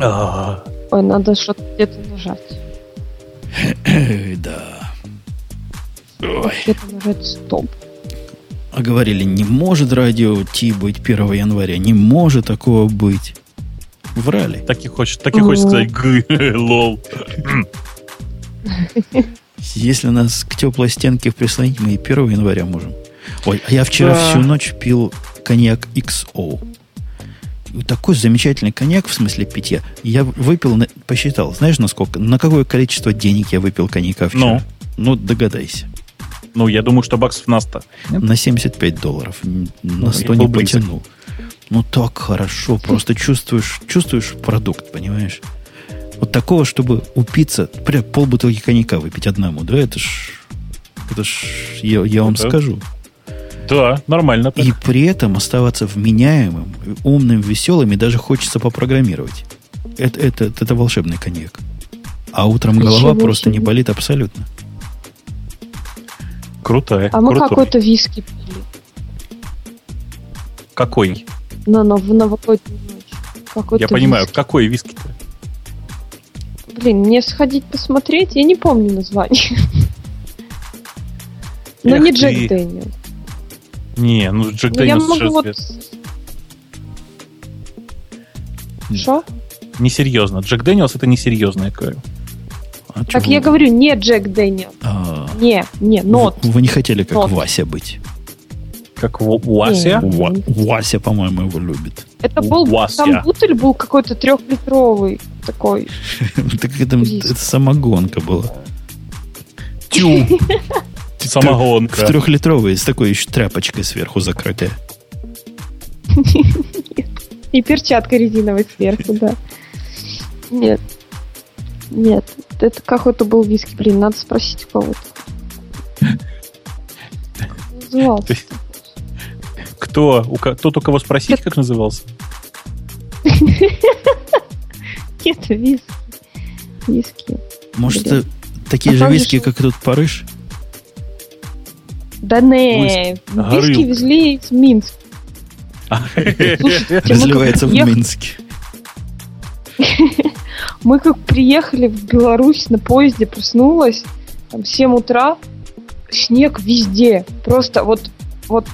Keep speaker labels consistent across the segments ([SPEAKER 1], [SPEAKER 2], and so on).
[SPEAKER 1] А,
[SPEAKER 2] Ой, надо что-то где-то нажать.
[SPEAKER 3] да. Ой.
[SPEAKER 2] Где-то нажать стоп.
[SPEAKER 3] А говорили, не может радио Ти быть 1 января, не может такого быть. Врали.
[SPEAKER 1] так и хочет, так и хочет
[SPEAKER 2] Мгм.
[SPEAKER 1] сказать «Г», лол.
[SPEAKER 3] Если нас к теплой стенке прислонить, мы и 1 января можем. Ой, а я вчера
[SPEAKER 2] Да.
[SPEAKER 3] всю ночь пил коньяк XO. И Такой замечательный коньяк, в смысле питья. Я выпил, на- посчитал, знаешь, на сколько, на какое количество денег я выпил коньяка вчера? Ну, догадайся.
[SPEAKER 1] Ну, я думаю, что баксов нас то
[SPEAKER 3] На 75 долларов. Н-
[SPEAKER 1] Ну,
[SPEAKER 3] На 100
[SPEAKER 1] я
[SPEAKER 3] не
[SPEAKER 1] полбакса.
[SPEAKER 3] потянул. Ну так хорошо, просто чувствуешь, чувствуешь продукт, понимаешь? Вот такого, чтобы упиться, прям полбутылки коньяка выпить одному, да, это ж, это ж, я, я вам
[SPEAKER 1] Это
[SPEAKER 3] скажу.
[SPEAKER 1] Да, нормально. так.
[SPEAKER 3] И при этом оставаться вменяемым, умным, веселым, и даже хочется попрограммировать. Это, это, это волшебный коньяк. А утром голова
[SPEAKER 2] Ничего
[SPEAKER 3] просто не
[SPEAKER 2] себе.
[SPEAKER 3] болит абсолютно.
[SPEAKER 1] Крутая.
[SPEAKER 2] А мы
[SPEAKER 1] крутой.
[SPEAKER 2] какой-то виски пили
[SPEAKER 1] Какой?
[SPEAKER 2] на, нов- в новогоднюю ночь. Какой-то
[SPEAKER 1] Я понимаю,
[SPEAKER 2] виски.
[SPEAKER 1] какой виски-то?
[SPEAKER 2] Блин, мне сходить посмотреть, я не помню название. Но
[SPEAKER 1] Эх
[SPEAKER 2] не
[SPEAKER 1] ты.
[SPEAKER 2] Джек Дэниел.
[SPEAKER 1] Не, ну Джек
[SPEAKER 2] Ну, я
[SPEAKER 1] Дэниелс
[SPEAKER 2] могу
[SPEAKER 1] же
[SPEAKER 2] вот...
[SPEAKER 1] известный.
[SPEAKER 2] Что?
[SPEAKER 1] Несерьезно. Джек Дэниелс это несерьезное кое.
[SPEAKER 3] А
[SPEAKER 2] Так
[SPEAKER 3] чего
[SPEAKER 2] я
[SPEAKER 3] вы-
[SPEAKER 2] говорю, не Джек Дэниел.
[SPEAKER 3] А,
[SPEAKER 2] Не, не, нот.
[SPEAKER 3] Вы, вы не хотели как
[SPEAKER 2] Нот.
[SPEAKER 3] Вася быть.
[SPEAKER 1] Как Во- Уася?
[SPEAKER 2] Не.
[SPEAKER 3] Ва- Вася, по-моему, его любит.
[SPEAKER 2] Это был...
[SPEAKER 1] Уаз я.
[SPEAKER 2] Там бутыль был какой-то трехлитровый такой.
[SPEAKER 3] Так это,
[SPEAKER 2] Есть.
[SPEAKER 3] это самогонка была.
[SPEAKER 1] Тю.
[SPEAKER 3] В
[SPEAKER 1] Самогонка.
[SPEAKER 3] трехлитровой, с такой еще тряпочкой сверху закрытая.
[SPEAKER 2] И перчатка резиновая сверху, да. Нет. Нет. Это какой-то был виски. Блин, надо спросить у кого-то. Назывался.
[SPEAKER 1] Кто? У ко- Тот, у кого спросить, как назывался?
[SPEAKER 2] Нет, виски. Виски.
[SPEAKER 3] Может,
[SPEAKER 2] Блин.
[SPEAKER 3] это такие
[SPEAKER 1] Ну,
[SPEAKER 2] А
[SPEAKER 3] же
[SPEAKER 2] там
[SPEAKER 3] виски,
[SPEAKER 2] еще-
[SPEAKER 3] как тут Париж?
[SPEAKER 2] Да не, виски
[SPEAKER 1] горилка.
[SPEAKER 2] везли из Минска.
[SPEAKER 1] А
[SPEAKER 2] Слушайте, мы как
[SPEAKER 3] Разливается в
[SPEAKER 2] приех-
[SPEAKER 3] Минске.
[SPEAKER 2] Мы как приехали в Беларусь на поезде, проснулась, там в 7 утра, снег везде. Просто вот, вот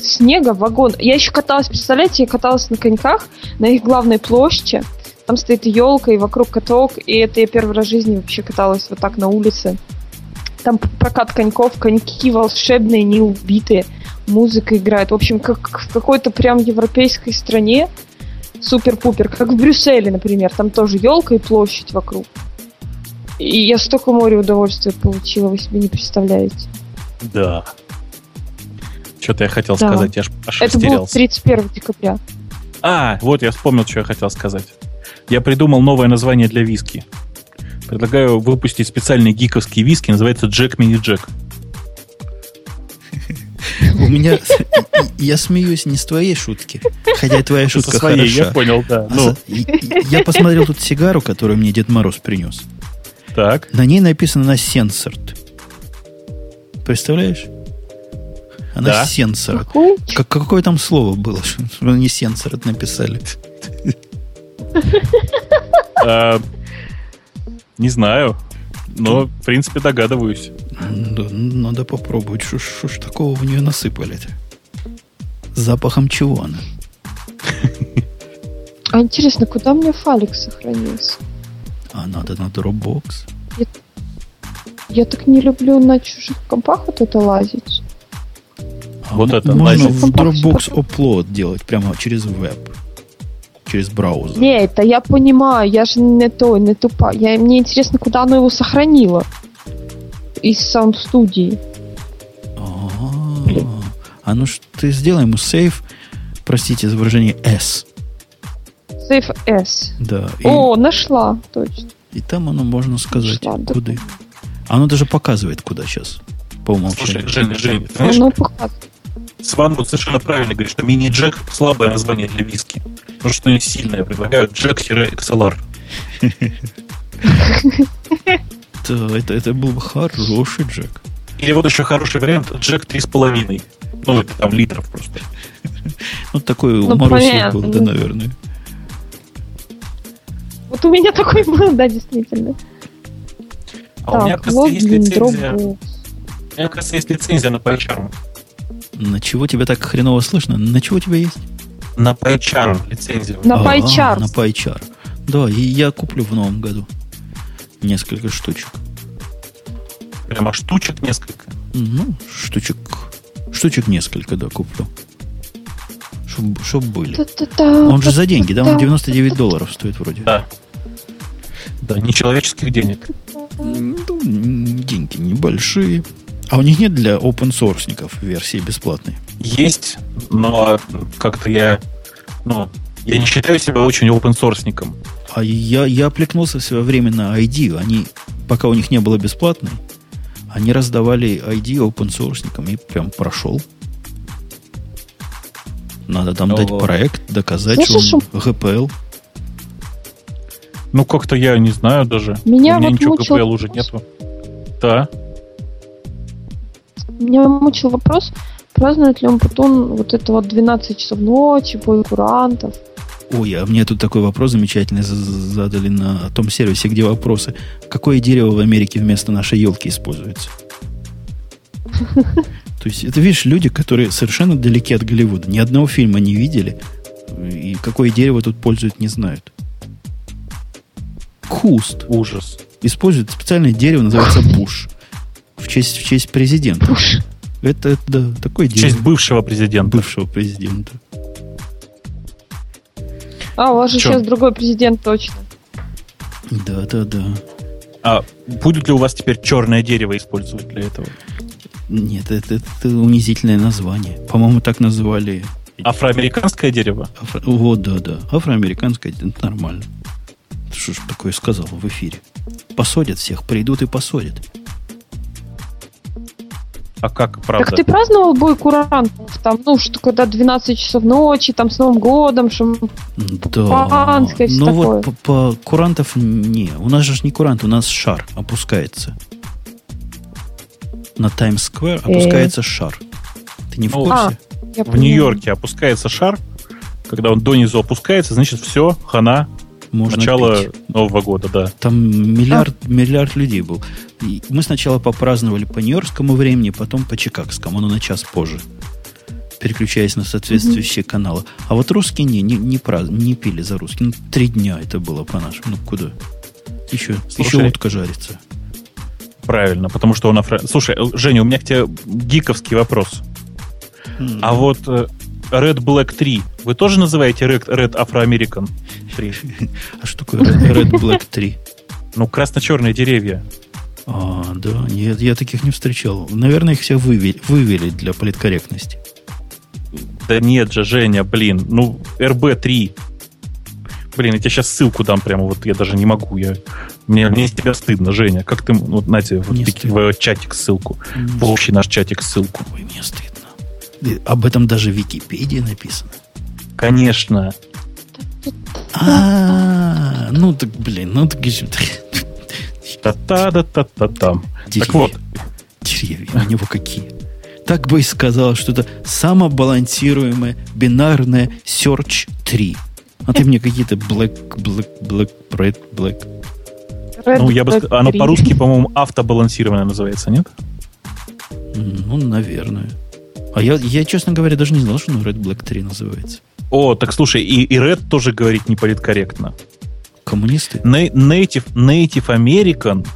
[SPEAKER 2] снега вагон. Я еще каталась, представляете, я каталась на коньках на их главной площади. Там стоит елка и вокруг каток, и это я первый раз в жизни вообще каталась вот так на улице. Там п- прокат коньков, коньки волшебные, не убитые, музыка играет. В общем, как как в какой-то прям европейской стране, супер-пупер, как в Брюсселе, например, там тоже елка и площадь вокруг. И я столько моря удовольствия получила, вы себе не представляете.
[SPEAKER 1] Да. Что-то я хотел
[SPEAKER 2] Да.
[SPEAKER 1] сказать, я аж, аж
[SPEAKER 2] Это было
[SPEAKER 1] растерялся.
[SPEAKER 2] 31 декабря.
[SPEAKER 1] А, вот я вспомнил, что я хотел сказать. Я придумал новое название для виски. Предлагаю выпустить специальный гиковский виски, называется Джек Мини Джек.
[SPEAKER 3] У меня... Я смеюсь не с твоей шутки, хотя и твоя шутка
[SPEAKER 1] Со своей, я
[SPEAKER 3] хороша.
[SPEAKER 1] понял, да.
[SPEAKER 3] А
[SPEAKER 1] Ну,
[SPEAKER 3] за- и- и- Я посмотрел тут сигару, которую мне Дед Мороз принес.
[SPEAKER 1] так.
[SPEAKER 3] На ней написано на сенсорт. Представляешь? Она
[SPEAKER 1] Да.
[SPEAKER 3] сенсор.
[SPEAKER 2] Какой?
[SPEAKER 3] Как, какое там слово было, что они сенсор это написали?
[SPEAKER 1] А, не знаю, но, в принципе, догадываюсь.
[SPEAKER 3] Да, ну, надо попробовать, что ж такого в нее насыпали-то? Запахом чего она?
[SPEAKER 2] А интересно, куда мне фалик сохранился?
[SPEAKER 3] А надо на Dropbox.
[SPEAKER 2] Я так не люблю на чужих компах вот это лазить.
[SPEAKER 3] А
[SPEAKER 1] Вот
[SPEAKER 3] м-
[SPEAKER 1] это
[SPEAKER 3] Можно
[SPEAKER 1] лазить.
[SPEAKER 3] в Dropbox upload делать прямо через веб. Через браузер.
[SPEAKER 2] Не, это я понимаю, я же не то, не тупа. Я, мне интересно, куда оно его сохранило. Из саунд-студии.
[SPEAKER 3] А-а-а. А ну что ты сделай ему сейф, простите за выражение S.
[SPEAKER 2] Safe S.
[SPEAKER 3] Да. И,
[SPEAKER 2] О, нашла, точно.
[SPEAKER 3] и там оно можно сказать,
[SPEAKER 2] нашла, да.
[SPEAKER 3] куда. А Оно даже показывает, куда сейчас. По умолчанию.
[SPEAKER 1] Слушай, Женя, Женя, ты знаешь,
[SPEAKER 2] Оно показывает.
[SPEAKER 1] Сван вот совершенно правильно говорит, что Мини Джек слабое название для виски. Потому что не сильное. Предлагаю Джек-XLR.
[SPEAKER 3] Да, э, это, это был бы хороший Джек.
[SPEAKER 1] Или вот еще хороший вариант Джек 3,5. Ну, это там литров просто.
[SPEAKER 3] Ну, такой у
[SPEAKER 2] Ну,
[SPEAKER 3] Марусева
[SPEAKER 2] понятно,
[SPEAKER 3] был, да,
[SPEAKER 2] да.
[SPEAKER 3] наверное.
[SPEAKER 2] Вот у меня такой был, да, действительно.
[SPEAKER 1] А у меня,
[SPEAKER 2] Так,
[SPEAKER 1] кажется, есть
[SPEAKER 2] логин,
[SPEAKER 1] лицензия.
[SPEAKER 2] Dropbox.
[SPEAKER 1] У меня, кажется, есть лицензия на PyCharm.
[SPEAKER 3] На чего тебя так хреново слышно? На чего у тебя есть?
[SPEAKER 1] На PyCharm лицензия.
[SPEAKER 2] На
[SPEAKER 3] А,
[SPEAKER 2] PyCharm.
[SPEAKER 3] На PyCharm. Да, и я куплю в новом году несколько штучек.
[SPEAKER 1] Прямо штучек несколько.
[SPEAKER 3] Ну, штучек... Штучек несколько, да, куплю. Чтоб, чтоб были.
[SPEAKER 2] Та-та-та.
[SPEAKER 3] Он же за деньги, да? Он 99 долларов стоит вроде.
[SPEAKER 1] Да. Да, нечеловеческих денег.
[SPEAKER 3] М, ну, м, деньги небольшие. А у них нет для open sourceников версии бесплатной?
[SPEAKER 1] Есть, но как-то я... Ну, я не считаю себя очень open-сорсником.
[SPEAKER 3] А я, я плекнулся в свое время на ID. Они, пока у них не было бесплатной, они раздавали ID open sourceникам и прям прошел. Надо там
[SPEAKER 1] Ну
[SPEAKER 3] дать
[SPEAKER 1] вот.
[SPEAKER 3] проект, доказать,
[SPEAKER 2] Слышишь,
[SPEAKER 3] что он GPL.
[SPEAKER 1] Ну, как-то я не знаю даже.
[SPEAKER 2] Меня
[SPEAKER 1] У меня
[SPEAKER 2] вот
[SPEAKER 1] ничего
[SPEAKER 2] мучил
[SPEAKER 1] ГПЛ уже
[SPEAKER 2] вопрос.
[SPEAKER 1] нету. Да.
[SPEAKER 2] Меня мучил вопрос, празднует ли он потом вот это вот 12 часов ночи, бой курантов.
[SPEAKER 3] Ой, а мне тут такой вопрос замечательный за- задали на том сервисе, где вопросы. Какое дерево в Америке вместо нашей елки используется? То есть, это, видишь, люди, которые совершенно далеки от Голливуда. Ни одного фильма не видели. И какое дерево тут пользуют, не знают. Куст.
[SPEAKER 1] Ужас.
[SPEAKER 3] Используют специальное дерево, называется буш. В честь, в честь президента.
[SPEAKER 2] Уж.
[SPEAKER 3] Это, это, да, такое
[SPEAKER 1] В честь
[SPEAKER 3] дерево
[SPEAKER 1] бывшего президента.
[SPEAKER 3] бывшего президента.
[SPEAKER 2] А, у вас же
[SPEAKER 1] Чё?
[SPEAKER 2] сейчас другой президент точно.
[SPEAKER 3] Да, да, да.
[SPEAKER 1] А будет ли у вас теперь черное дерево использовать для этого?
[SPEAKER 3] Нет, это, это унизительное название. По-моему, так называли.
[SPEAKER 1] Афроамериканское дерево?
[SPEAKER 3] Афро... Вот, да, да. Афроамериканское это нормально. Ты Что ж такое сказал в эфире? Посадят всех, придут и посадят.
[SPEAKER 1] А как,
[SPEAKER 2] Так
[SPEAKER 1] правда?
[SPEAKER 2] ты праздновал бой курантов? Там, ну, что когда 12 часов ночи, там, с Новым годом, шампанское,
[SPEAKER 3] Да.
[SPEAKER 2] Панское, всё
[SPEAKER 3] Ну
[SPEAKER 2] такое.
[SPEAKER 3] вот по, по курантов не. У нас же ж не курант, у нас шар опускается. На Таймс-сквер опускается шар. Ты не в
[SPEAKER 1] Ну,
[SPEAKER 3] курсе?
[SPEAKER 2] я
[SPEAKER 1] В
[SPEAKER 2] понимаю.
[SPEAKER 1] Нью-Йорке опускается шар. Когда он донизу опускается, значит, все, хана,
[SPEAKER 3] Можно
[SPEAKER 1] начало
[SPEAKER 3] пить.
[SPEAKER 1] Нового года, да.
[SPEAKER 3] Там миллиард, миллиард людей был. И мы сначала попраздновали по нью-йоркскому времени, потом по чикагскому, но на час позже, переключаясь на соответствующие каналы. А вот русские не, не, не, празд- не пили за русские. Ну, три дня это было по-нашему. Ну, куда? Еще,
[SPEAKER 1] Слушай.
[SPEAKER 3] еще утка жарится.
[SPEAKER 1] Правильно, потому что он афро... Слушай, э, Женя, у меня к тебе гиковский вопрос. А вот э, Red Black 3 вы тоже называете Red, Red Afro-American 3?
[SPEAKER 3] А что такое Red Red Black 3?
[SPEAKER 1] Ну, красно-черные деревья.
[SPEAKER 3] А, да, нет, я таких не встречал. Наверное, их все вывели, вывели для политкорректности.
[SPEAKER 1] Да нет же, Женя, блин. Ну, РБ-3. Блин, я тебе сейчас ссылку дам прямо, вот я даже не могу. Я... Мне, мне с тебя стыдно, Женя. Как ты... м- Вот, Натя, вот
[SPEAKER 3] Не
[SPEAKER 1] тыки
[SPEAKER 3] стыдно.
[SPEAKER 1] в э, чатик ссылку. В общий наш чатик ссылку.
[SPEAKER 3] Ой, мне стыдно. И Об этом даже в Википедии написано.
[SPEAKER 1] Конечно.
[SPEAKER 3] А, ну так, блин, ну так, еще-
[SPEAKER 1] Та-та-да-та-та-там. Так вот,
[SPEAKER 3] Деревья у него какие. Так бы и сказал, что это самобалансируемое бинарное Search 3. А ты мне какие-то black, black, black, red, black.
[SPEAKER 2] Red
[SPEAKER 1] ну, я бы
[SPEAKER 2] Black
[SPEAKER 1] сказал, оно
[SPEAKER 2] Three.
[SPEAKER 1] по-русски, по-моему, автобалансированное называется, нет?
[SPEAKER 3] Ну, наверное. А я, я, честно говоря, даже не знал, что оно Red Black 3 называется.
[SPEAKER 1] О, так слушай, и, и Red тоже говорит неполиткорректно.
[SPEAKER 3] Коммунисты?
[SPEAKER 1] Ней- Native, Native American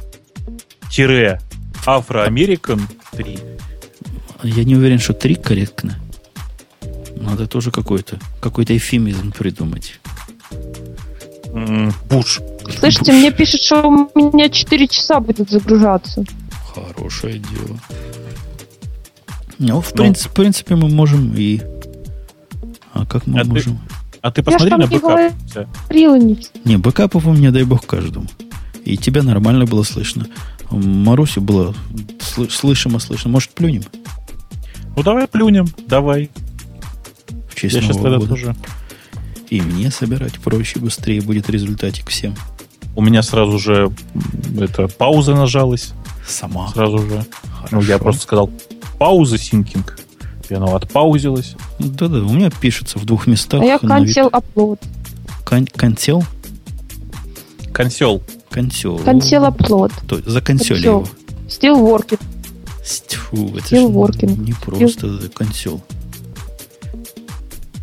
[SPEAKER 1] тире Afro-American 3.
[SPEAKER 3] Я не уверен, что 3 корректно. Надо тоже какой-то какой-то эфемизм придумать.
[SPEAKER 1] М, Буш.
[SPEAKER 2] Слышите, мне пишет, что у меня 4 часа будет загружаться.
[SPEAKER 3] Хорошее дело. Ну, в, принципе, в принципе, мы можем и... А как мы
[SPEAKER 1] А ты-
[SPEAKER 3] можем?
[SPEAKER 1] А ты посмотри
[SPEAKER 2] там
[SPEAKER 1] на
[SPEAKER 2] не
[SPEAKER 1] бэкап. Вся.
[SPEAKER 2] Рила не
[SPEAKER 3] Не, бэкапов у меня, дай бог, каждому. И тебя нормально было слышно. Марусю было сл- слышимо, слышно. Может, плюнем
[SPEAKER 1] Ну давай плюнем, давай.
[SPEAKER 3] в честь
[SPEAKER 1] Я сейчас
[SPEAKER 3] Нового
[SPEAKER 1] тогда
[SPEAKER 3] года?
[SPEAKER 1] тоже.
[SPEAKER 3] И мне собирать проще, быстрее будет результатик всем.
[SPEAKER 1] У меня сразу же м, это пауза нажалась.
[SPEAKER 3] Сама.
[SPEAKER 1] Сразу же.
[SPEAKER 3] Хорошо.
[SPEAKER 1] Ну, я просто сказал пауза синкинг. ну, И оно отпаузилось.
[SPEAKER 3] Да-да, у меня пишется в двух местах.
[SPEAKER 2] А я
[SPEAKER 3] на вид-
[SPEAKER 2] консел upload.
[SPEAKER 3] Кон- консел?
[SPEAKER 1] Консел.
[SPEAKER 3] Консел.
[SPEAKER 2] Консилоплод.
[SPEAKER 3] Ну, То есть законсели
[SPEAKER 2] Консел.
[SPEAKER 3] его.
[SPEAKER 2] Стилворкин.
[SPEAKER 3] Стю, это
[SPEAKER 2] Стил
[SPEAKER 3] ж
[SPEAKER 2] Воркинг.
[SPEAKER 3] не просто консел.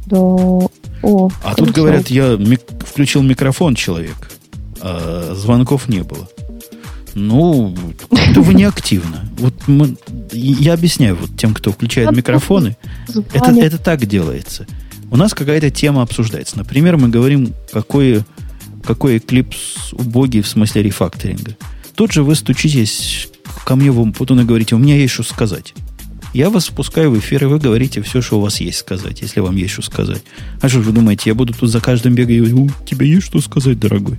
[SPEAKER 2] Да. О,
[SPEAKER 3] А тут
[SPEAKER 2] консел.
[SPEAKER 3] говорят, я мик- включил микрофон человек, а звонков не было. Ну, как-то вы неактивно. Вот мы, я объясняю вот тем, кто включает микрофоны, это,
[SPEAKER 2] Звонит.
[SPEAKER 3] это так делается. У нас какая-то тема обсуждается. Например, мы говорим, какой, какой Eclipse убогий в смысле рефакторинга. Тут же вы стучитесь ко мне в Умпутун и говорите, у меня есть что сказать. Я вас впускаю в эфир, и вы говорите все, что у вас есть сказать, если вам есть что сказать. А что ж вы думаете, я буду тут за каждым бегать и говорить, у тебя есть что сказать, дорогой?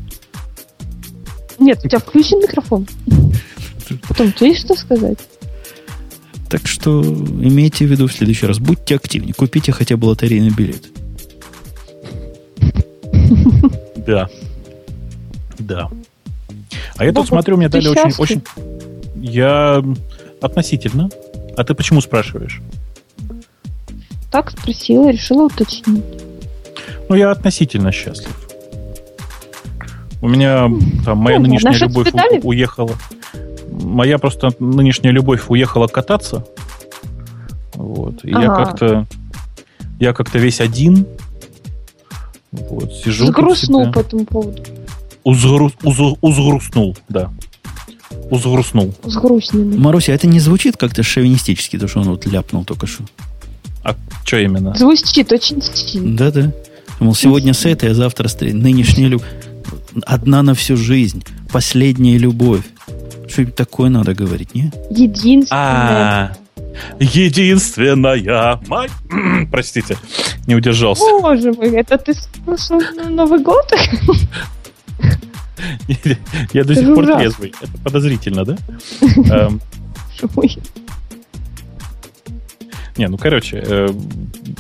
[SPEAKER 2] Нет, у тебя включен микрофон. Потом, ты есть что сказать?
[SPEAKER 3] Так что имейте в виду в следующий раз. Будьте активнее, купите хотя бы лотерейный билет.
[SPEAKER 1] Да. Да. А я
[SPEAKER 2] Ну,
[SPEAKER 1] тут смотрю, мне
[SPEAKER 2] ты
[SPEAKER 1] дали очень, очень...
[SPEAKER 2] счастлив?
[SPEAKER 1] Я относительно. А ты почему спрашиваешь?
[SPEAKER 2] Так спросила, решила уточнить.
[SPEAKER 1] Ну, я относительно счастлив. У меня там моя
[SPEAKER 2] Ну,
[SPEAKER 1] нынешняя
[SPEAKER 2] наши
[SPEAKER 1] любовь у-
[SPEAKER 2] воспитали?
[SPEAKER 1] уехала. Моя просто нынешняя любовь уехала кататься. Вот. И я
[SPEAKER 2] Ага.
[SPEAKER 1] как-то. Я как-то весь один. Вот, сижу. тут
[SPEAKER 2] Загрустнул
[SPEAKER 1] себе.
[SPEAKER 2] по этому поводу.
[SPEAKER 1] Узгру- узу- Узгрустнул, да. Узгрустнул.
[SPEAKER 2] С грустными.
[SPEAKER 3] Маруся, а это не звучит как-то шовинистически, то, что он вот ляпнул только что?
[SPEAKER 1] Что именно?
[SPEAKER 2] Звучит очень сильно.
[SPEAKER 3] Да-да. Мол, сегодня с этой, а завтра с третьей. Нынешняя любовь. Одна на всю жизнь. Последняя любовь. Что-нибудь такое надо говорить, не?
[SPEAKER 2] Единственное.
[SPEAKER 1] А, единственная мать. Простите, не удержался.
[SPEAKER 2] Боже мой, это ты слушал на Новый год?
[SPEAKER 1] Я до
[SPEAKER 2] Это
[SPEAKER 1] сих
[SPEAKER 2] же
[SPEAKER 1] пор
[SPEAKER 2] ужасно.
[SPEAKER 1] трезвый. Это подозрительно, да? Эм,
[SPEAKER 2] Ой,
[SPEAKER 1] Не, ну короче, э,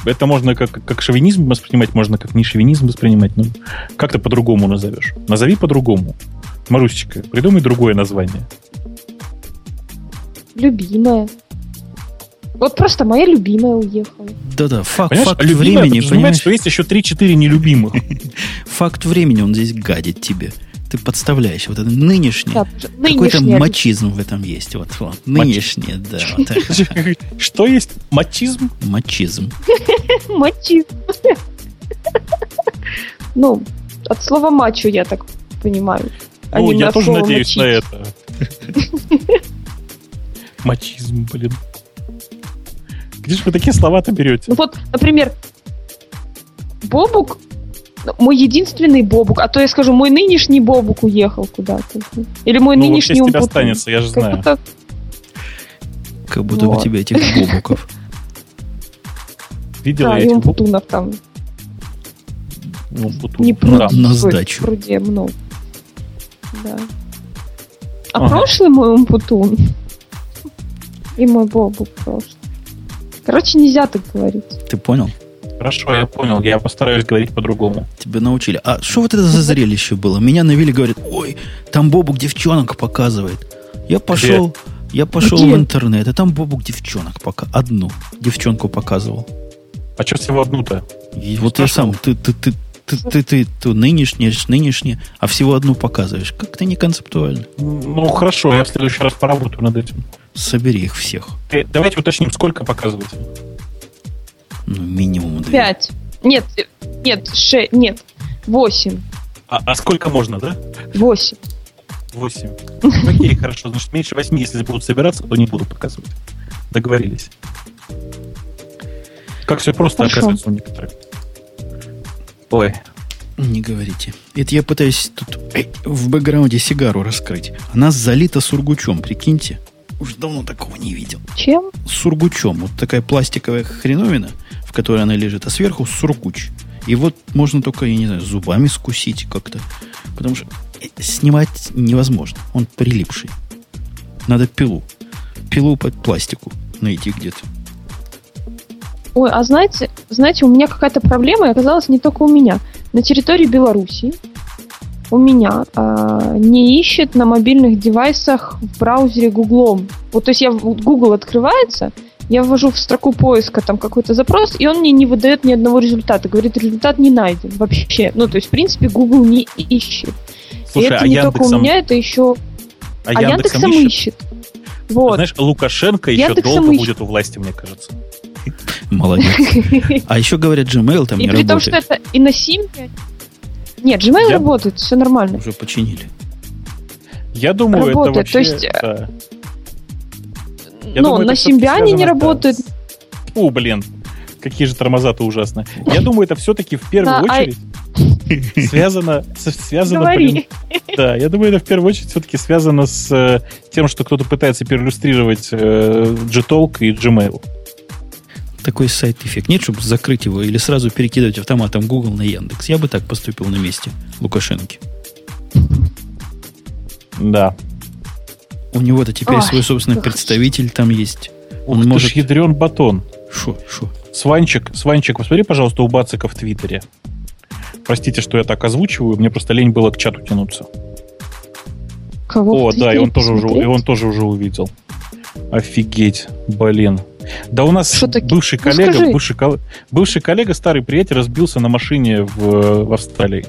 [SPEAKER 1] это можно как, как шовинизм воспринимать, можно как не шовинизм воспринимать. Ну, как ты по-другому назовешь? Назови по-другому. Марусечка, придумай другое название.
[SPEAKER 2] Любимая. Вот просто моя любимая уехала.
[SPEAKER 3] Да-да, факт,
[SPEAKER 1] Понимаешь,
[SPEAKER 3] факт
[SPEAKER 1] а любимая,
[SPEAKER 3] времени,
[SPEAKER 1] подразумевает,
[SPEAKER 3] понимаешь?
[SPEAKER 1] что есть еще 3-4 нелюбимых.
[SPEAKER 3] Факт времени, он здесь гадит тебе. Ты подставляешь вот это нынешнее.
[SPEAKER 2] Да, уже
[SPEAKER 3] Какой-то
[SPEAKER 2] нынешняя
[SPEAKER 3] мачизм в этом есть. Вот, вот. Нынешнее, да. вот это.
[SPEAKER 1] Что есть? Мачизм?
[SPEAKER 3] Мачизм.
[SPEAKER 2] любимая. Мочи. Ну, от слова мачо, я так понимаю. а
[SPEAKER 1] Ну,
[SPEAKER 2] не
[SPEAKER 1] я
[SPEAKER 2] на
[SPEAKER 1] тоже
[SPEAKER 2] слово
[SPEAKER 1] надеюсь на
[SPEAKER 2] мочить.
[SPEAKER 1] это. Мачизм, блин. Где же вы такие слова-то берете?
[SPEAKER 2] Ну вот, например, Бобук, ну, мой единственный Бобук, а то я скажу, мой нынешний Бобук уехал куда-то. Или мой
[SPEAKER 1] Ну, вот
[SPEAKER 2] нынешний
[SPEAKER 1] здесь тебя
[SPEAKER 2] Умпутун.
[SPEAKER 1] останется, я же
[SPEAKER 2] Как
[SPEAKER 1] знаю.
[SPEAKER 2] будто-
[SPEAKER 3] Как будто у
[SPEAKER 2] Вот.
[SPEAKER 3] тебя этих бобуков.
[SPEAKER 1] Видела
[SPEAKER 2] да,
[SPEAKER 1] я
[SPEAKER 2] и
[SPEAKER 1] этих
[SPEAKER 2] Умпутунов там
[SPEAKER 1] ну,
[SPEAKER 2] не
[SPEAKER 1] бутылок. Да.
[SPEAKER 2] пруд,
[SPEAKER 3] на
[SPEAKER 2] ой,
[SPEAKER 3] сдачу.
[SPEAKER 2] в пруде много. Да. А
[SPEAKER 1] Ага.
[SPEAKER 2] прошлый мой Умпутун и мой Бобук прошлый. Короче, нельзя так говорить.
[SPEAKER 3] Ты понял?
[SPEAKER 1] Хорошо, я понял. Я постараюсь говорить по-другому.
[SPEAKER 3] Тебя научили. А что вот это
[SPEAKER 2] Ну,
[SPEAKER 3] за зрелище было? Меня навели, говорят, ой, там Бобук девчонок показывает. Я пошел, я пошел
[SPEAKER 2] Где?
[SPEAKER 3] в интернет, а там Бобук девчонок пока одну девчонку показывал.
[SPEAKER 1] А что всего одну-то?
[SPEAKER 3] И вот я сам, ты, ты, ты, ты, ты, ты, ты нынешняя, нынешняя, а всего одну показываешь. Как-то не концептуально.
[SPEAKER 1] Ну, хорошо, я в следующий раз поработаю над этим.
[SPEAKER 3] Собери их всех.
[SPEAKER 1] Э, Давайте уточним, сколько показывать.
[SPEAKER 3] Ну, минимум две.
[SPEAKER 2] Пять. Нет, э, нет, шесть, нет, восемь.
[SPEAKER 1] А, а сколько можно, да?
[SPEAKER 2] Восемь.
[SPEAKER 1] Восемь. Окей, хорошо. Значит, меньше восьми, если будут собираться, то не буду показывать. Договорились. Как все просто
[SPEAKER 2] Хорошо.
[SPEAKER 1] оказывается у некоторых. Ой,
[SPEAKER 3] Не говорите. Это я пытаюсь тут э, в бэкграунде сигару раскрыть. Она залита сургучом, прикиньте. Уж давно такого не видел.
[SPEAKER 2] Чем?
[SPEAKER 3] с сургучом. Вот такая пластиковая хреновина, в которой она лежит, а сверху сургуч. И вот можно только, я не знаю, зубами скусить как-то. Потому что э, снимать невозможно. Он прилипший. Надо пилу. Пилу под пластику найти где-то.
[SPEAKER 2] Ой, а знаете, знаете, у меня какая-то проблема, и оказалось не только у меня. На территории Беларуси у меня а, не ищет на мобильных девайсах в браузере Гуглом. Вот, то есть я в- вот Google открывается, я ввожу в строку поиска там какой-то запрос, и он мне не выдает ни одного результата. Говорит, результат не найден вообще. Ну, то есть, в принципе, Google не ищет.
[SPEAKER 1] Слушай,
[SPEAKER 2] и это
[SPEAKER 1] а
[SPEAKER 2] не только у
[SPEAKER 1] Яндексом,
[SPEAKER 2] меня, это еще...
[SPEAKER 1] а
[SPEAKER 2] А,
[SPEAKER 1] Яндексом,
[SPEAKER 2] Яндексом
[SPEAKER 1] ищет? А
[SPEAKER 2] ищет. Вот.
[SPEAKER 1] Знаешь, Лукашенко еще
[SPEAKER 2] Яндексом
[SPEAKER 1] долго
[SPEAKER 2] ищет.
[SPEAKER 1] будет у власти, мне кажется.
[SPEAKER 3] Молодец. А еще говорят, Gmail там
[SPEAKER 2] И
[SPEAKER 3] не
[SPEAKER 2] при том,
[SPEAKER 3] работает.
[SPEAKER 2] что это и на Симке. Нет, Gmail
[SPEAKER 1] Я-
[SPEAKER 2] работает, все нормально.
[SPEAKER 3] Уже починили.
[SPEAKER 1] Я думаю, это
[SPEAKER 2] Работает,
[SPEAKER 1] вообще...
[SPEAKER 2] то есть, э,
[SPEAKER 1] да. Я
[SPEAKER 2] Но
[SPEAKER 1] думаю,
[SPEAKER 2] на
[SPEAKER 1] это всё-таки
[SPEAKER 2] Симбиане не
[SPEAKER 1] связано, да,
[SPEAKER 2] работает.
[SPEAKER 1] О, блин, какие же тормоза-то ужасные. Я думаю, это все-таки в первую
[SPEAKER 2] Да, а-
[SPEAKER 1] очередь связано, со- связано, блин,
[SPEAKER 2] Говори.
[SPEAKER 1] да, я думаю, это в первую очередь все-таки связано с э, тем, что кто-то пытается переиллюстрировать э, Gtalk и Gmail.
[SPEAKER 3] Такой сайт-эффект. Нет, чтобы закрыть его или сразу перекидывать автоматом Google на Яндекс. Я бы так поступил на месте Лукашенки.
[SPEAKER 1] Да.
[SPEAKER 3] У него-то теперь
[SPEAKER 2] Ой,
[SPEAKER 3] свой собственный
[SPEAKER 2] ох.
[SPEAKER 3] представитель там есть. Он
[SPEAKER 1] Ух ты
[SPEAKER 3] может-
[SPEAKER 1] ж ядрен батон.
[SPEAKER 3] Шо, шо.
[SPEAKER 1] Сванчик, Сванчик, посмотри, пожалуйста, у Бацика в Твиттере. Простите, что я так озвучиваю, мне просто лень было к чату тянуться.
[SPEAKER 2] Кого
[SPEAKER 1] О,
[SPEAKER 2] в
[SPEAKER 1] да, и
[SPEAKER 2] Твиттере
[SPEAKER 1] он, тоже уже, и
[SPEAKER 2] посмотреть?
[SPEAKER 1] он тоже уже увидел. Офигеть, блин. Да у нас
[SPEAKER 2] Что таки-
[SPEAKER 1] бывший
[SPEAKER 2] Ну,
[SPEAKER 1] коллега,
[SPEAKER 2] скажи.
[SPEAKER 1] бывший, кол- бывший коллега, старый приятель, разбился на машине в, э, в Австралии.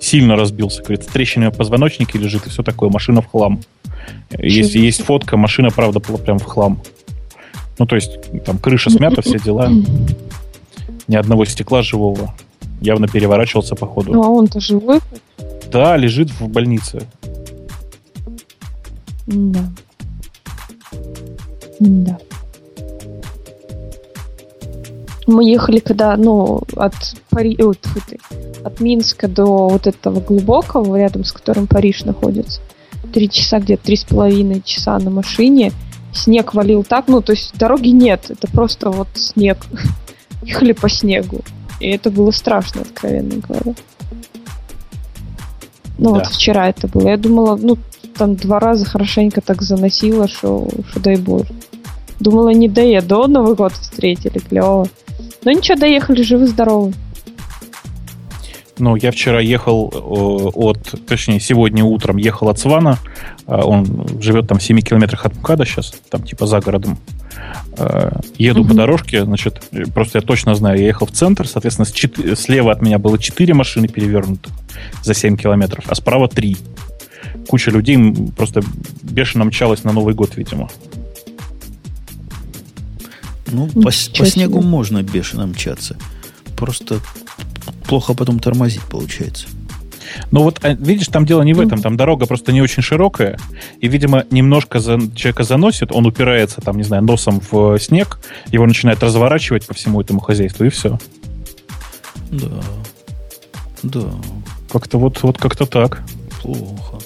[SPEAKER 1] Сильно разбился, говорит, с трещинами в позвоночнике лежит и все такое, машина в хлам. Есть,
[SPEAKER 2] Чего?
[SPEAKER 1] есть фотка, машина, правда, была прям в хлам. Ну, то есть, там крыша
[SPEAKER 2] Ну,
[SPEAKER 1] смята, все дела. Ни одного стекла живого. Явно переворачивался, походу.
[SPEAKER 2] Ну, а он-то живой.
[SPEAKER 1] Да, лежит в больнице.
[SPEAKER 2] Да. Да. Мы ехали, когда, ну, от Пари... ой, тьфу ты, от Минска до вот этого глубокого, рядом с которым Париж находится. Три часа, где-то три с половиной часа на машине. Снег валил так, ну, то есть дороги нет, это просто вот снег. Ехали по снегу. И это было страшно, откровенно говоря. Ну,
[SPEAKER 1] Да.
[SPEAKER 2] вот вчера это было. Я думала, ну, там два раза хорошенько так заносило, что, что дай боже. Думала, не доеду, до Новый год встретили, клево. Но ничего, доехали живы-здоровы.
[SPEAKER 1] Ну, я вчера ехал э, от, точнее, сегодня утром ехал от Свана. Э, Он живет там в 7 километрах от МКАДа сейчас, там типа за городом. Э, Еду по
[SPEAKER 2] Мгм.
[SPEAKER 1] дорожке, значит, э, просто я точно знаю, я ехал в центр, соответственно, с чет- слева от меня было 4 машины перевернутых за 7 километров, а справа 3. Куча людей м, просто бешено мчалась на Новый год, видимо.
[SPEAKER 3] Ну, по, с-
[SPEAKER 2] Ничего
[SPEAKER 3] по снегу
[SPEAKER 2] себе.
[SPEAKER 3] можно бешено мчаться. Просто плохо потом тормозить получается.
[SPEAKER 1] Ну вот, а, видишь, там дело не в этом. Там дорога просто не очень широкая. И, видимо, немножко за- человека заносит, он упирается, там, не знаю, носом в э, снег, его начинает разворачивать по всему этому хозяйству, и все.
[SPEAKER 3] Да. Да,
[SPEAKER 1] Как-то вот, вот как-то так.
[SPEAKER 3] плохо.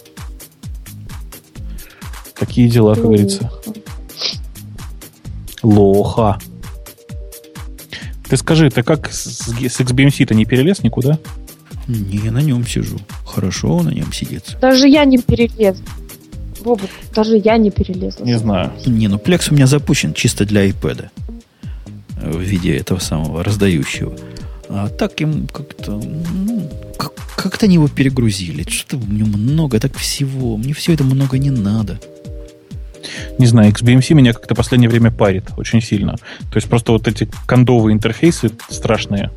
[SPEAKER 1] Такие дела, как говорится. Лоха. Ты скажи, ты как с, с XBMC-то не перелез никуда?
[SPEAKER 3] Не, на нем сижу. Хорошо на нем сидится.
[SPEAKER 2] Даже я не перелезла. Боба, даже я не перелезла.
[SPEAKER 1] Не знаю.
[SPEAKER 3] Не, ну плекс у меня запущен чисто для айпэда. Э, В виде этого самого раздающего. А так им как-то... ну, как- как-то они его перегрузили. Что-то мне много так всего. Мне все это много не надо.
[SPEAKER 1] Не знаю, XBMC меня как-то в последнее время парит очень сильно. То есть просто вот эти кондовые интерфейсы страшные.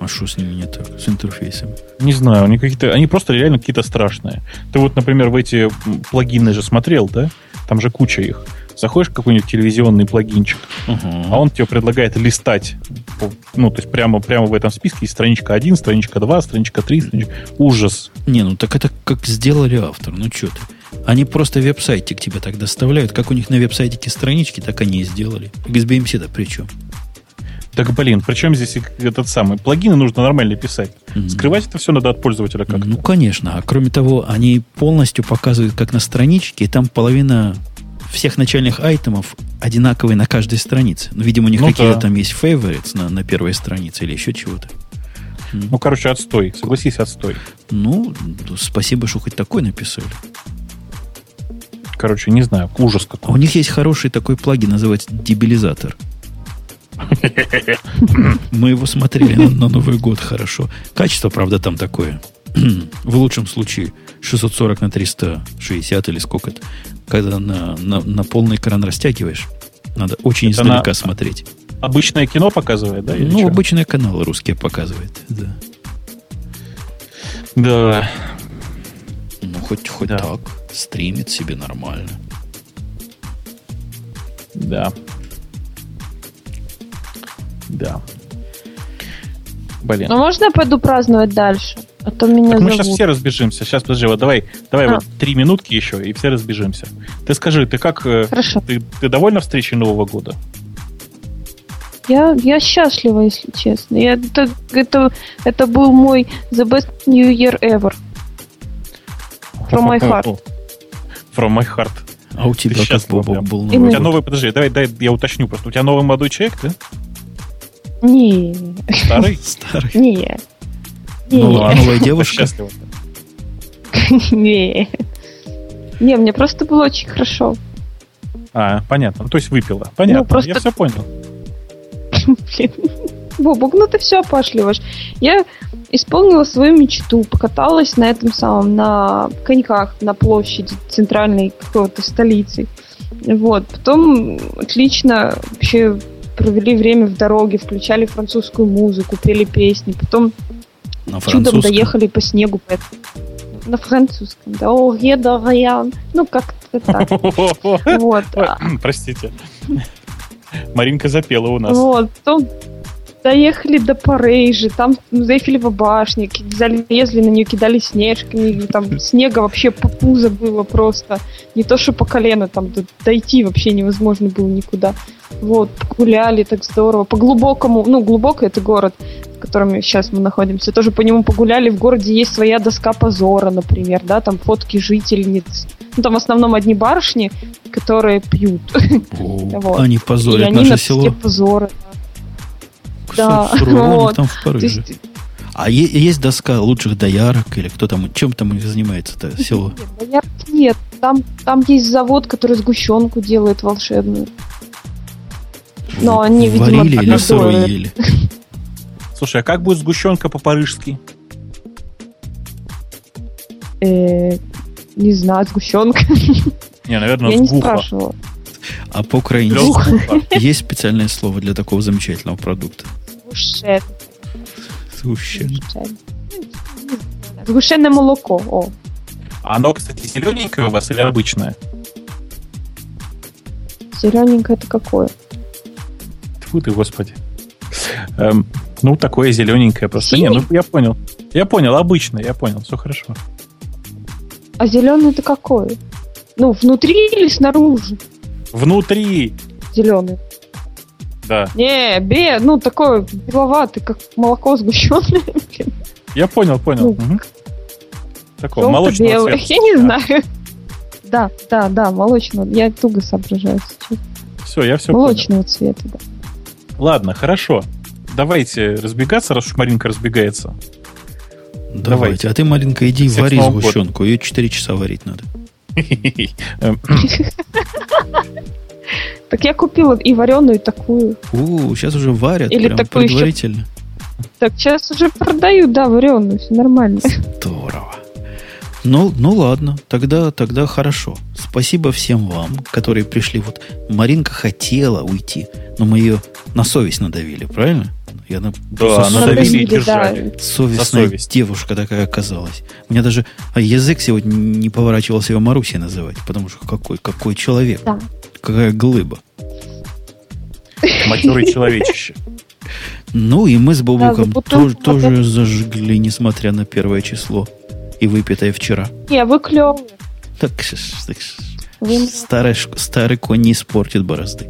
[SPEAKER 3] А что с ними не так? С интерфейсом.
[SPEAKER 1] Не знаю, они какие-то, они просто реально какие-то страшные. Ты вот, например, в эти м, плагины же смотрел, да? Там же куча их. Заходишь в какой-нибудь телевизионный плагинчик, а он тебе предлагает листать. по- Ну, то есть прямо, прямо в этом списке есть страничка 1, страничка 2, страничка 3, страничка... Ужас.
[SPEAKER 3] Не, ну так это как сделали автор, ну что ты. Они просто веб-сайтик тебе так доставляют. Как у них на веб-сайтике странички, так они и сделали. XBMC-то причем.
[SPEAKER 1] Так, блин, причем здесь и этот самый? Плагины нужно нормально писать. Скрывать это все надо от пользователя как-то.
[SPEAKER 3] Ну, конечно. А кроме того, они полностью показывают, как на страничке, и там половина всех начальных айтемов одинаковые на каждой странице. Ну, видимо, у них
[SPEAKER 1] Ну
[SPEAKER 3] какие-то
[SPEAKER 1] да.
[SPEAKER 3] там есть favorites на, на первой странице или еще чего-то.
[SPEAKER 1] Ну, короче, отстой. Согласись, отстой.
[SPEAKER 3] Ну, спасибо, что хоть такой написали.
[SPEAKER 1] Короче, не знаю, ужас
[SPEAKER 3] А
[SPEAKER 1] какой.
[SPEAKER 3] у них есть хороший такой плагин, называется дебилизатор. Мы его смотрели на, на Новый год хорошо. Качество, правда, там такое. В лучшем случае 640 на 360 или сколько-то. Когда на, на, на полный экран растягиваешь, надо очень
[SPEAKER 1] Это
[SPEAKER 3] издалека
[SPEAKER 1] на-
[SPEAKER 3] смотреть.
[SPEAKER 1] Обычное кино показывает, да? или
[SPEAKER 3] ну,
[SPEAKER 1] чё?
[SPEAKER 3] обычные каналы русские показывают. Да.
[SPEAKER 1] Да.
[SPEAKER 3] Ну, хоть, хоть
[SPEAKER 1] Да.
[SPEAKER 3] так стримит себе нормально.
[SPEAKER 1] Да. Да. Блин.
[SPEAKER 2] Ну, можно я пойду праздновать дальше? А то меня
[SPEAKER 1] Так мы сейчас
[SPEAKER 2] зовут.
[SPEAKER 1] все разбежимся. Сейчас, подожди, вот давай, давай
[SPEAKER 2] А.
[SPEAKER 1] вот три минутки еще, и все разбежимся. Ты скажи, ты как... э,
[SPEAKER 2] Хорошо.
[SPEAKER 1] Ты, ты довольна встречей Нового года?
[SPEAKER 2] Я, я счастлива, если честно. Я, это, это, это был мой the best New Year ever. From my heart.
[SPEAKER 1] From my heart.
[SPEAKER 3] А у тебя как
[SPEAKER 1] счастлива
[SPEAKER 3] Бобок,
[SPEAKER 1] прям.
[SPEAKER 3] был
[SPEAKER 2] И
[SPEAKER 1] У
[SPEAKER 3] Новый
[SPEAKER 1] тебя
[SPEAKER 3] год?
[SPEAKER 1] новый, подожди, давай, дай я уточню просто. У тебя новый молодой человек, да?
[SPEAKER 2] Не,
[SPEAKER 1] Старый?
[SPEAKER 3] Старый.
[SPEAKER 2] не,
[SPEAKER 3] Ну,
[SPEAKER 2] не,
[SPEAKER 3] а новая
[SPEAKER 1] Ты
[SPEAKER 3] девушка?
[SPEAKER 1] счастлива.
[SPEAKER 2] не. Не, мне просто было очень хорошо.
[SPEAKER 1] А, понятно. Ну, То есть выпила. Понятно.
[SPEAKER 2] Ну, просто-
[SPEAKER 1] Я все понял.
[SPEAKER 2] Блин. Бобок, ну ты все опашливаешь. Я исполнила свою мечту, покаталась на этом самом, на коньках, на площади центральной какой-то столицы. Вот. Потом отлично вообще провели время в дороге, включали французскую музыку, пели песни. Потом
[SPEAKER 3] На
[SPEAKER 2] чудом
[SPEAKER 3] французском.
[SPEAKER 2] доехали по снегу. поэтому- На французском, да, о, е, да, я». Ну, как-то так. Вот. А-
[SPEAKER 1] Простите. Маринка запела у нас.
[SPEAKER 2] Вот, потом доехали до Парижа, там Зефилева башня, к- залезли на нее, кидали снежками, и там снега вообще по пузо было просто, не то что по колено, там д- дойти вообще невозможно было никуда. Вот, погуляли так здорово, по глубокому, ну, глубокий это город, в котором сейчас мы находимся, тоже по нему погуляли, в городе есть своя доска позора, например, да, там фотки жительниц, ну, там в основном одни барышни, которые пьют,
[SPEAKER 3] О,
[SPEAKER 2] Вот.
[SPEAKER 3] Они
[SPEAKER 2] и
[SPEAKER 3] А позорят
[SPEAKER 2] они
[SPEAKER 3] наше
[SPEAKER 2] на доске
[SPEAKER 3] село.
[SPEAKER 2] позора. да,
[SPEAKER 3] Кстати, сурово у них
[SPEAKER 2] вот.
[SPEAKER 3] там в
[SPEAKER 2] То
[SPEAKER 3] Париже.
[SPEAKER 2] есть
[SPEAKER 3] А е- есть доска лучших доярок или кто там, чем там у них занимается-то село?
[SPEAKER 2] Нет, доярок нет. Там, там есть завод, который сгущенку делает волшебную. Но Ну, они, видимо,
[SPEAKER 3] Варили или
[SPEAKER 2] позорят.
[SPEAKER 3] сырой ели?
[SPEAKER 1] Слушай, а как будет сгущенка по-парижски?
[SPEAKER 2] Э, не знаю, сгущенка.
[SPEAKER 1] Не, наверное,
[SPEAKER 2] Я не
[SPEAKER 1] сгуха.
[SPEAKER 2] спрашивала.
[SPEAKER 3] А по-украински
[SPEAKER 1] Лёха.
[SPEAKER 3] есть специальное слово для такого замечательного продукта?
[SPEAKER 2] Сгущен-
[SPEAKER 3] Сгущен.
[SPEAKER 2] сгущен. Сгущенное молоко. О.
[SPEAKER 1] А оно, кстати, зелененькое у вас или обычное?
[SPEAKER 2] Зелененькое это какое?
[SPEAKER 1] Тьфу ты, господи. Эм, ну, такое зелененькое просто. Не, ну, я понял. Я понял, обычное, я понял, все хорошо.
[SPEAKER 2] А зеленое это какое? Ну, внутри или снаружи
[SPEAKER 1] Внутри,
[SPEAKER 2] зеленый?
[SPEAKER 1] да.
[SPEAKER 2] Не, бе, ну такое беловатый, как молоко сгущенное. блин.
[SPEAKER 1] Я понял, понял.
[SPEAKER 2] Ну,
[SPEAKER 1] Мгм. Такого молочного
[SPEAKER 2] Желто-белое.
[SPEAKER 1] цвета.
[SPEAKER 2] Я не
[SPEAKER 1] Да.
[SPEAKER 2] знаю. Да, да, да, молочного. Я туго соображаю сейчас.
[SPEAKER 1] Все, я все понял.
[SPEAKER 2] Молочного цвета, да.
[SPEAKER 1] Ладно, хорошо. Давайте разбегаться, раз уж Маринка разбегается.
[SPEAKER 3] Давайте. А ты, Маринка, иди
[SPEAKER 1] Всех с
[SPEAKER 3] вари
[SPEAKER 1] Новым годом.
[SPEAKER 3] сгущенку. Ее 4 часа варить надо.
[SPEAKER 1] Эм,
[SPEAKER 2] Так я купила и вареную, и такую.
[SPEAKER 3] У, сейчас уже варят
[SPEAKER 2] Или
[SPEAKER 3] прям
[SPEAKER 2] такую ещё-
[SPEAKER 3] предварительно.
[SPEAKER 2] Так, сейчас уже продаю, да, вареную, все нормально.
[SPEAKER 3] Здорово. Ну, ну ладно, тогда, тогда хорошо. Спасибо всем вам, которые пришли. Вот Маринка хотела уйти, но мы ее на совесть надавили, правильно? Я на...
[SPEAKER 1] Да,
[SPEAKER 3] просто
[SPEAKER 1] надавили и
[SPEAKER 2] Надавили, да.
[SPEAKER 1] держали.
[SPEAKER 3] совестная
[SPEAKER 1] За совесть.
[SPEAKER 3] девушка такая оказалась. У меня даже а, язык сегодня не поворачивался ее Марусей называть, потому что какой, какой человек,
[SPEAKER 2] Да.
[SPEAKER 3] какая глыба.
[SPEAKER 1] Матерый человечище.
[SPEAKER 3] Ну и мы с Бобуком
[SPEAKER 2] вот
[SPEAKER 3] то-
[SPEAKER 2] он-
[SPEAKER 3] тоже
[SPEAKER 2] вот
[SPEAKER 3] зажгли, несмотря на первое число и выпитое вчера.
[SPEAKER 2] Не, вы клевые.
[SPEAKER 3] Так, ш- ш- так ш-
[SPEAKER 2] Вы мне-
[SPEAKER 3] старый, ш- старый конь не испортит борозды.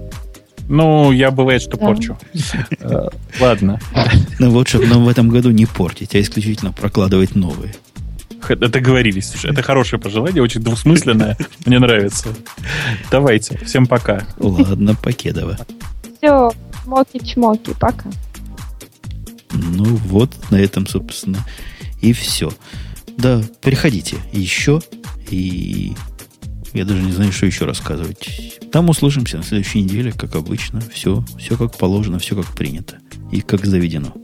[SPEAKER 1] Ну, я бывает, что
[SPEAKER 2] Да.
[SPEAKER 1] порчу. Э, Ладно.
[SPEAKER 3] Но Ну вот чтобы нам в этом году не портить, а исключительно прокладывать новые.
[SPEAKER 1] Х- Договорились. Слушай, Это хорошее пожелание, очень двусмысленное. Мне нравится. Давайте. Всем пока.
[SPEAKER 3] Ладно, покедово.
[SPEAKER 2] Все, чмоки-чмоки, пока.
[SPEAKER 3] Ну вот на этом, собственно, и все. Да, приходите еще. И я даже не знаю, что еще рассказывать. Там услышимся на следующей неделе, как обычно. Все, все как положено, все как принято и как заведено.